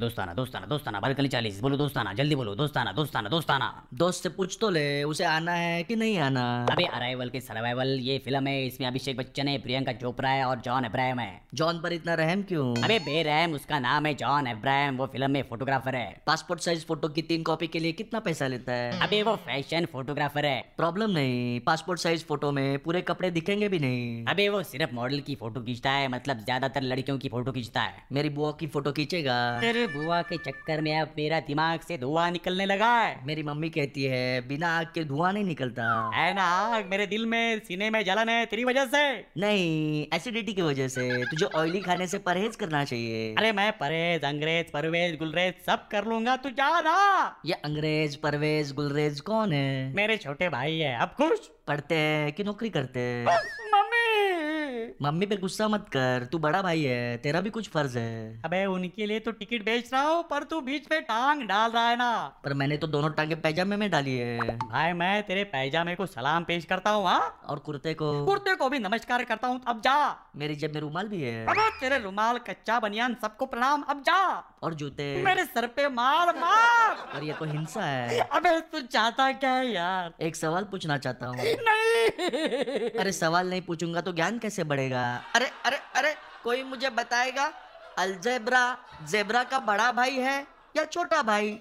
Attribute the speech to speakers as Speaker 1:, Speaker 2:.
Speaker 1: दोस्ताना दोस्ताना दोस्ताना बालकनी चालीस बोलो दोस्ताना जल्दी बोलो दोस्ताना दोस्ताना दोस्ताना
Speaker 2: दोस्त से पूछ तो ले उसे आना है कि नहीं आना
Speaker 1: अभी अराइवल के सर्वाइवल ये फिल्म है इसमें अभिषेक बच्चन है प्रियंका चोपड़ा है और जॉन अब्राहम है
Speaker 2: जॉन पर इतना रहम क्यों
Speaker 1: अबे बेरहम उसका नाम है जॉन अब्राहम वो फिल्म में फोटोग्राफर है
Speaker 2: पासपोर्ट साइज फोटो की तीन कॉपी के लिए कितना पैसा लेता है
Speaker 1: अबे वो फैशन फोटोग्राफर है
Speaker 2: प्रॉब्लम नहीं पासपोर्ट साइज फोटो में पूरे कपड़े दिखेंगे भी नहीं
Speaker 1: अबे वो सिर्फ मॉडल की फोटो खींचता है मतलब ज्यादातर लड़कियों की फोटो खींचता है
Speaker 2: मेरी बुआ की फोटो खींचेगा
Speaker 1: तेरे बुआ के चक्कर में अब मेरा दिमाग से धुआं निकलने लगा है
Speaker 2: मेरी मम्मी कहती है बिना आग के धुआं नहीं निकलता
Speaker 1: है ना आग मेरे दिल में सीने में जलन है तेरी वजह से
Speaker 2: नहीं एसिडिटी की वजह से तुझे ऑयली खाने से परहेज करना चाहिए
Speaker 1: अरे मैं परहेज अंग्रेज परवेज गुलरेज सब कर लूंगा तू जा ना
Speaker 2: ये अंग्रेज परवेज गुलरेज कौन है
Speaker 1: मेरे छोटे भाई है अब खुश
Speaker 2: पढ़ते हैं कि नौकरी करते हैं
Speaker 1: मम्मी
Speaker 2: मम्मी पे गुस्सा मत कर तू बड़ा भाई है तेरा भी कुछ फर्ज है
Speaker 1: अबे उनके लिए तो टिकट बेच रहा हूँ पर तू बीच में टांग डाल रहा है ना
Speaker 2: पर मैंने तो दोनों टांगे पैजामे में डाली है
Speaker 1: भाई मैं तेरे पैजामे को सलाम पेश करता हूँ हाँ
Speaker 2: और कुर्ते को
Speaker 1: कुर्ते को भी नमस्कार करता हूँ अब जा
Speaker 2: मेरी जेब में रुमाल भी है
Speaker 1: अबे तेरे रुमाल कच्चा बनियान सबको प्रणाम अब जा
Speaker 2: और जूते
Speaker 1: मेरे सर पे मार मार
Speaker 2: और ये कोई हिंसा है
Speaker 1: अबे तू चाहता क्या है यार
Speaker 2: एक सवाल पूछना चाहता हूँ
Speaker 1: नहीं
Speaker 2: अरे सवाल नहीं पूछूंगा तो ज्ञान कैसे बढ़ेगा अरे अरे अरे कोई मुझे बताएगा अलजेब्रा जेब्रा का बड़ा भाई है या छोटा भाई